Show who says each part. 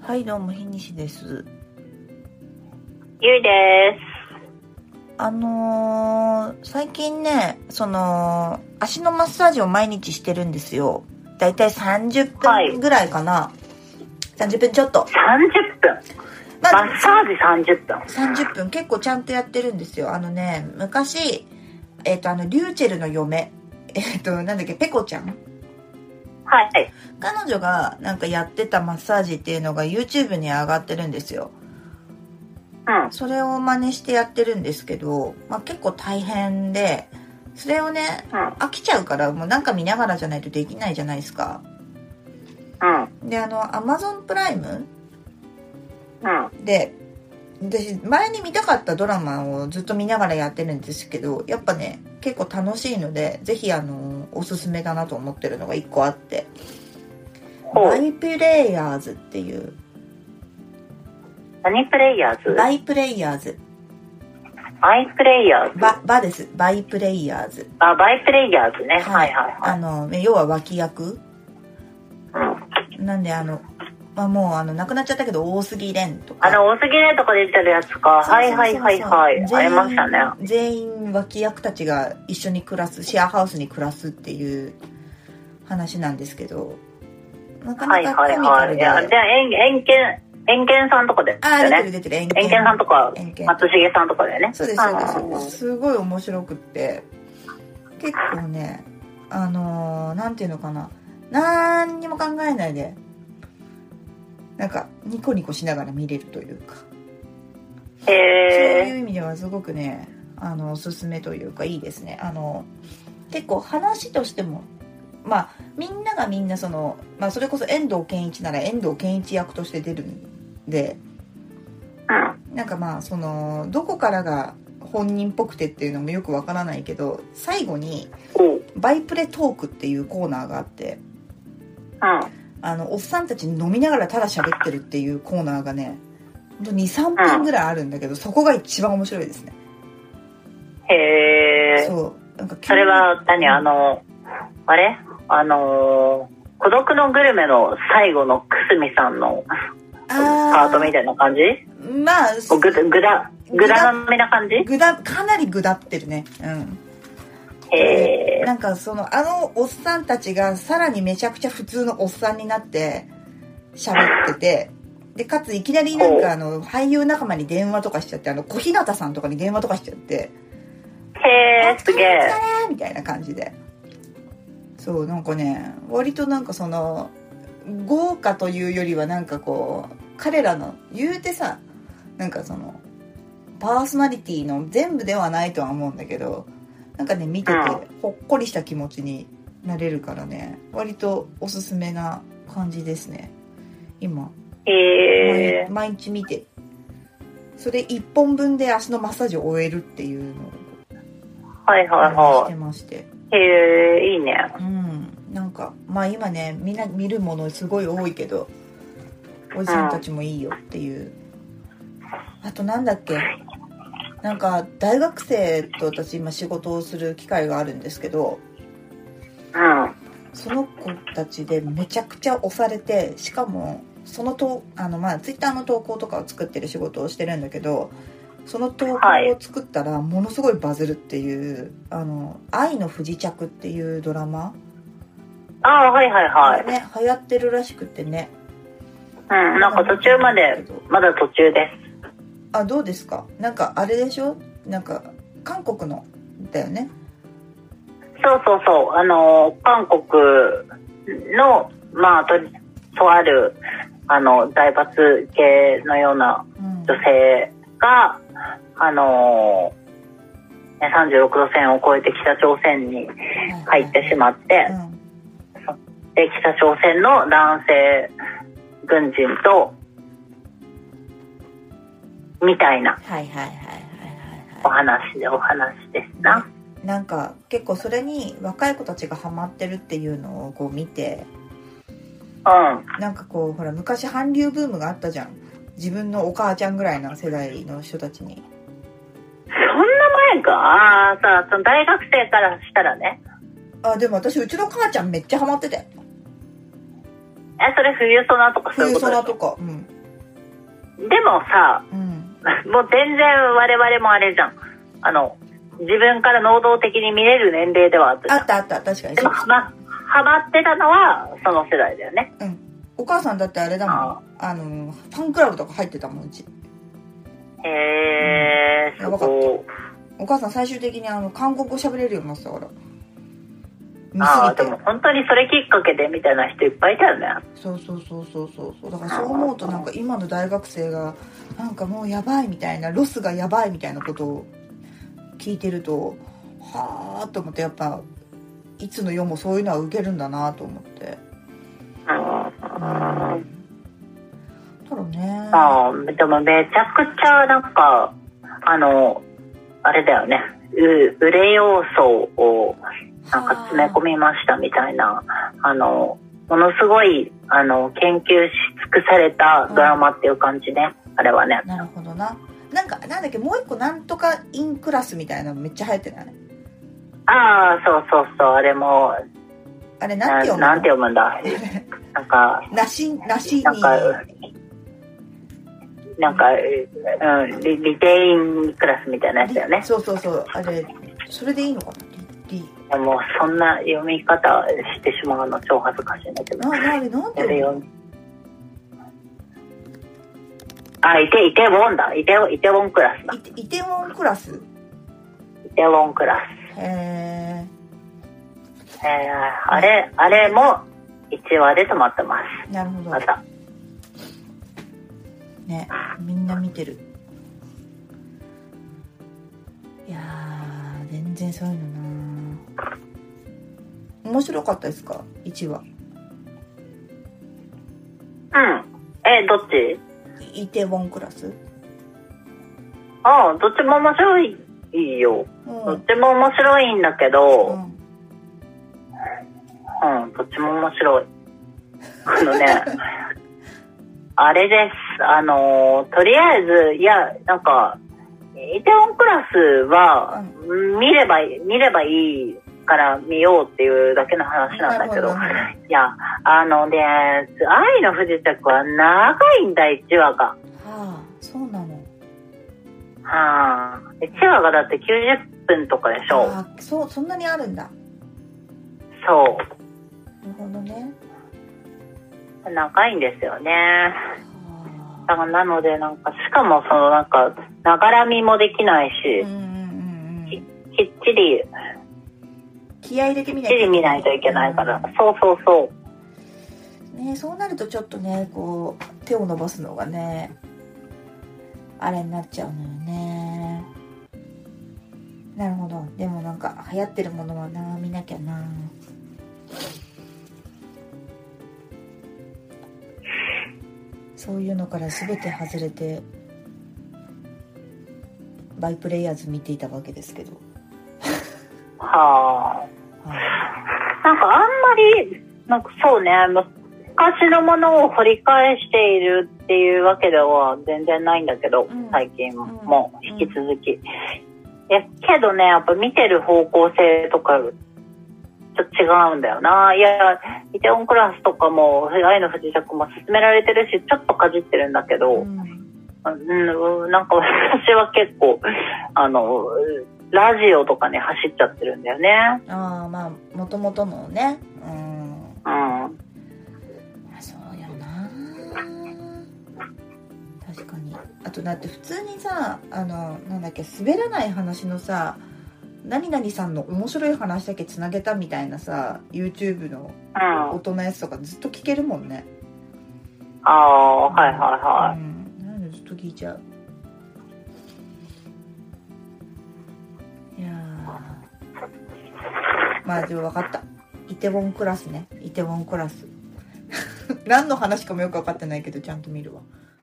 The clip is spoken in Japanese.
Speaker 1: はいどうも日西です
Speaker 2: ゆいで
Speaker 1: あのー最近ねその足のマッサージを毎日してるんですよだいたい30
Speaker 2: はい
Speaker 1: 分ぐらいかな、30分ちょっと
Speaker 2: す。30分。
Speaker 1: ま
Speaker 2: マ
Speaker 1: あ
Speaker 2: ッサージ30分。
Speaker 1: 30分結構ちゃんとやってるんですよあのね昔えっ、とあのリューチェルの嫁えっ、となんだっけペコちゃん
Speaker 2: はい。はい。
Speaker 1: 彼女がなんかやってたマッサージっていうのが YouTube に上がってるんですよ
Speaker 2: うん。
Speaker 1: それを真似してやってるんですけど、まあ、結構大変でそれをね
Speaker 2: うん。
Speaker 1: 飽きちゃうからもうなんか見ながらじゃないとできないじゃないですか
Speaker 2: うん。
Speaker 1: であの Amazon プライム
Speaker 2: うん。
Speaker 1: で私前に見たかったドラマをずっと見ながらやってるんですけどやっぱね結構楽しいのでぜひあのおすすめだなと思ってるのが1個あって「
Speaker 2: ほ
Speaker 1: バ
Speaker 2: う。
Speaker 1: イプレイヤーズ」っていう
Speaker 2: 何プレイヤーズ
Speaker 1: バイプレイヤーズ
Speaker 2: バイプレイヤーズ。
Speaker 1: ババですバイプレイヤーズ
Speaker 2: あ、バイプレイヤーズね。はいはいはい。
Speaker 1: あの要は脇役
Speaker 2: うん。
Speaker 1: なんであの、まあ、もうあの亡くなっちゃったけど大杉蓮とか
Speaker 2: あの、大杉ねとか出てるやつか。
Speaker 1: そう
Speaker 2: は
Speaker 1: そう
Speaker 2: い
Speaker 1: そうそう
Speaker 2: はいはいは
Speaker 1: 全
Speaker 2: い。
Speaker 1: 員
Speaker 2: 会えましたね。
Speaker 1: 全員脇役たちが一緒に暮らすシェアハウスに暮らすっていう話なんですけどなか
Speaker 2: は
Speaker 1: ないか
Speaker 2: はい
Speaker 1: コミカ
Speaker 2: は
Speaker 1: ル
Speaker 2: い。い
Speaker 1: で、
Speaker 2: や、じゃあ、円、円券、円券さんとかです
Speaker 1: ああ
Speaker 2: よ
Speaker 1: 出てる出
Speaker 2: ね。
Speaker 1: てる
Speaker 2: 円券さんとか
Speaker 1: 円、形
Speaker 2: 松重さんとかだよね。
Speaker 1: そうですそうですそうですすごい面白くって結構ねあのーなんていうのかななんにも考えないでなんかニコニコしながら見れるというか
Speaker 2: うん
Speaker 1: そう
Speaker 2: へ
Speaker 1: いう意味ではすごくねあのおすすめというかいいですねあの結構話としてもまあみんながみんなその、まあ、それこそ遠藤憲一なら遠藤憲一役として出るんで
Speaker 2: ー。
Speaker 1: なんかまあそのどこからが本人っぽくてっていうのもよくわからないけど最後に
Speaker 2: うん。おう。
Speaker 1: バイプレトークっていうコーナーがあって
Speaker 2: うん。
Speaker 1: あのおっさんたちに飲みながらただ喋ってるっていうコーナーがね23分ぐらいあるんだけどそこが一番面白いですね
Speaker 2: へー。
Speaker 1: そう。なんか急に
Speaker 2: それは何あ、のあれあのー孤独のグルメの最後のくすみさんのパ
Speaker 1: あ
Speaker 2: ートみ
Speaker 1: た
Speaker 2: たいな感じ
Speaker 1: まあ、
Speaker 2: ぐだぐだぐだ飲みな感じ
Speaker 1: ぐだ、かなりぐだってるね。うん。
Speaker 2: へえ
Speaker 1: なんかその、あのおっさんたちがさらにめちゃくちゃ普通のおっさんになって喋ってて、で、かついきなりなんかあの、俳優仲間に電話とかしちゃって、あの、小日向さんとかに電話とかしちゃって、
Speaker 2: へえす
Speaker 1: お疲
Speaker 2: げえ
Speaker 1: れみたいな感じでそうなんかね割となんかその豪華というよりはなんかこう彼らの言うてさなんかそのパーソナリティの全部ではないとは思うんだけどなんかね見てて
Speaker 2: う
Speaker 1: ほっこりした気持ちになれるからね割とおすすめな感じですね今
Speaker 2: へえ
Speaker 1: 毎毎日見てそれ1本分で足のマッサージを終えるっていうのを
Speaker 2: はいはい
Speaker 1: し
Speaker 2: は
Speaker 1: てまして
Speaker 2: いへえいいね
Speaker 1: うんなんかまあ今ねみんな見るものすごい多いけどおじさんたちもいいよっていうあとなんだっけなんか大学生と私今仕事をする機会があるんですけど
Speaker 2: うん
Speaker 1: その子たちでめちゃくちゃ押されてしかもそのとあのまあツイッターの投稿とかを作ってる仕事をしてるんだけどその投稿を作ったらものすごいバズるっていう「あの愛の不時着」っていうドラマ
Speaker 2: ああはいはいはい
Speaker 1: ね流行ってるらしくてね
Speaker 2: うんなんか途中までまだ途中で
Speaker 1: あどうですかなんかあれでしょなんか韓国のだよね
Speaker 2: すそうそうそうあのー韓国のまあととあるあの財閥系のような
Speaker 1: うん
Speaker 2: 女性が、あのーね36度線を越えて北朝鮮に入ってしまって
Speaker 1: う、ん
Speaker 2: で北朝鮮の男性軍人とみたいな
Speaker 1: はいはいはいはい
Speaker 2: お
Speaker 1: はいは
Speaker 2: 話でお話です
Speaker 1: い
Speaker 2: な。
Speaker 1: ねなんか結構それに若い子たちがハマってるっていうのをこう見て
Speaker 2: うん
Speaker 1: なんかこうほら昔韓流ブームがあったじゃん自分のお母ちゃんぐらいの世代の人たちに
Speaker 2: そんな前かああさその大学生からしたらね
Speaker 1: あでも私うちの母ちゃんめっちゃハマってて
Speaker 2: えそれ冬ソナとかそうい
Speaker 1: 冬
Speaker 2: うこと
Speaker 1: 空
Speaker 2: で
Speaker 1: とかうん
Speaker 2: でもさ、
Speaker 1: うん
Speaker 2: もう全然我々もあれじゃん。あの、自分から能動的に見れる年齢ではあったじ
Speaker 1: あ
Speaker 2: ゃ
Speaker 1: ったあった確かに
Speaker 2: ん。でも、はま、ハマってたのはその世代だよね。
Speaker 1: うんお母さんだってあれだもんあ
Speaker 2: あ
Speaker 1: のファンクラブとか入ってたもんうち
Speaker 2: へえ、
Speaker 1: うん
Speaker 2: すご
Speaker 1: お母さん最終的にあの韓国語喋れるようになってたから
Speaker 2: い。
Speaker 1: 見
Speaker 2: ああ、
Speaker 1: す
Speaker 2: で
Speaker 1: ぎ
Speaker 2: も
Speaker 1: て
Speaker 2: 本当にそれきっかけでみたいな人いっぱいいたよね。
Speaker 1: そうそうそうそうそうそうだからそう思うとなんか今の大学生がなんかもうやばいみたいなロスがやばいみたいなことを聞いてるとはあと思ってやっぱいつの世もそういうのは受けるんだなと思って
Speaker 2: うん。
Speaker 1: ただね
Speaker 2: ああ、でもめちゃくちゃなんか、あの、あれだよね。う、売れ要素をなんか詰め込みましたみたいな、あの、ものすごい、あの、研究し尽くされたドラマっていう感じね。あれはね。
Speaker 1: なるほどななんかなんだっけもう一個なんとかインクラスみたいなのめっちゃ流行ってない
Speaker 2: ああ、そうそうそう、あれも、
Speaker 1: あれなん
Speaker 2: な
Speaker 1: て読むの
Speaker 2: なんて読むんだ。なんか、
Speaker 1: なしなしに
Speaker 2: なんか、なんか、うん、リリテインクラスみたいなやつだよね
Speaker 1: り。そうそうそうあれそれでいいのかなりり
Speaker 2: でもそんな読み方してしまうの超恥ずかしいんだけど
Speaker 1: な。なあれなんて
Speaker 2: や
Speaker 1: 読
Speaker 2: る
Speaker 1: む
Speaker 2: よ
Speaker 1: の
Speaker 2: あ、イテ、イテウォンだ。イテウォン、イテウォンクラスだ。
Speaker 1: イテイテウォンクラス
Speaker 2: イテウォンクラ
Speaker 1: へえ
Speaker 2: ス。えー、あれ、あれも1話で止まってます。
Speaker 1: なるほど
Speaker 2: また。
Speaker 1: ねみんな見てるいやー全然そういうのな面白かったですか1話
Speaker 2: うん。え、どっち
Speaker 1: イテウォンクラス
Speaker 2: ああ、どっちも面白い。いいよ。
Speaker 1: うん
Speaker 2: どっちも面白いんだけ
Speaker 1: う
Speaker 2: ど、
Speaker 1: ん
Speaker 2: うん、どっちも面白い。あのね、 あれです。あのー、とりあえず、いや、なんか、イテオンクラスは、見れば、見ればいいから見ようっていうだけの話なんだけど、
Speaker 1: なる
Speaker 2: いや、あのね、愛の不時着は長いんだ、1話が。
Speaker 1: ほどはあそうなの
Speaker 2: はあ、1話がだって90分とかでしょ。
Speaker 1: あそうそんなにあるんだ
Speaker 2: そ
Speaker 1: なるほどね
Speaker 2: う。長いんですよね。
Speaker 1: はあ
Speaker 2: だからなのでなんかしかもそのなんかながらみもできない
Speaker 1: うんう
Speaker 2: し、
Speaker 1: んうんうん
Speaker 2: きっちりきっ
Speaker 1: 気合い入れてみない
Speaker 2: ちり見ないといけないから、そうそうそう
Speaker 1: ねそうなるとちょっとねこう手を伸ばすのがねあれになっちゃうのよねなるほどでもなんか流行ってるものはな見なきゃなそういうのから全て外れてバイプレイヤーズ見ていたわけですけど、
Speaker 2: は
Speaker 1: はい
Speaker 2: あなんかあんまりなんかそうね昔のものを掘り返しているっていうわけでは全然ないんだけど、
Speaker 1: うん
Speaker 2: 最近
Speaker 1: ん
Speaker 2: も引き続き、やけどねやっぱ見てる方向性とかちょっと違うんだよないやイテオンクラスとかも愛の不時着も勧められてるしちょっとかじってるんだけど、
Speaker 1: うん
Speaker 2: うん、なんか私は結構、あの、ラジオとかね、走っちゃってるんだよね。
Speaker 1: ああまあもともとのねうん
Speaker 2: うん。
Speaker 1: まあそうよな確かにあとだって普通にさあのなんだっけ滑らない話のさ何々さんの面白い話だけつなげたみたいなさ YouTube の
Speaker 2: うん。
Speaker 1: 音のやつとかずっと聞けるもんね
Speaker 2: ああ、はいはいは
Speaker 1: うん、なんでずっと聞いちゃういやーまあでも分かったイテウォ ンクラスねイテウォンクラス何の話かもよく分かってないけどちゃんと見るわ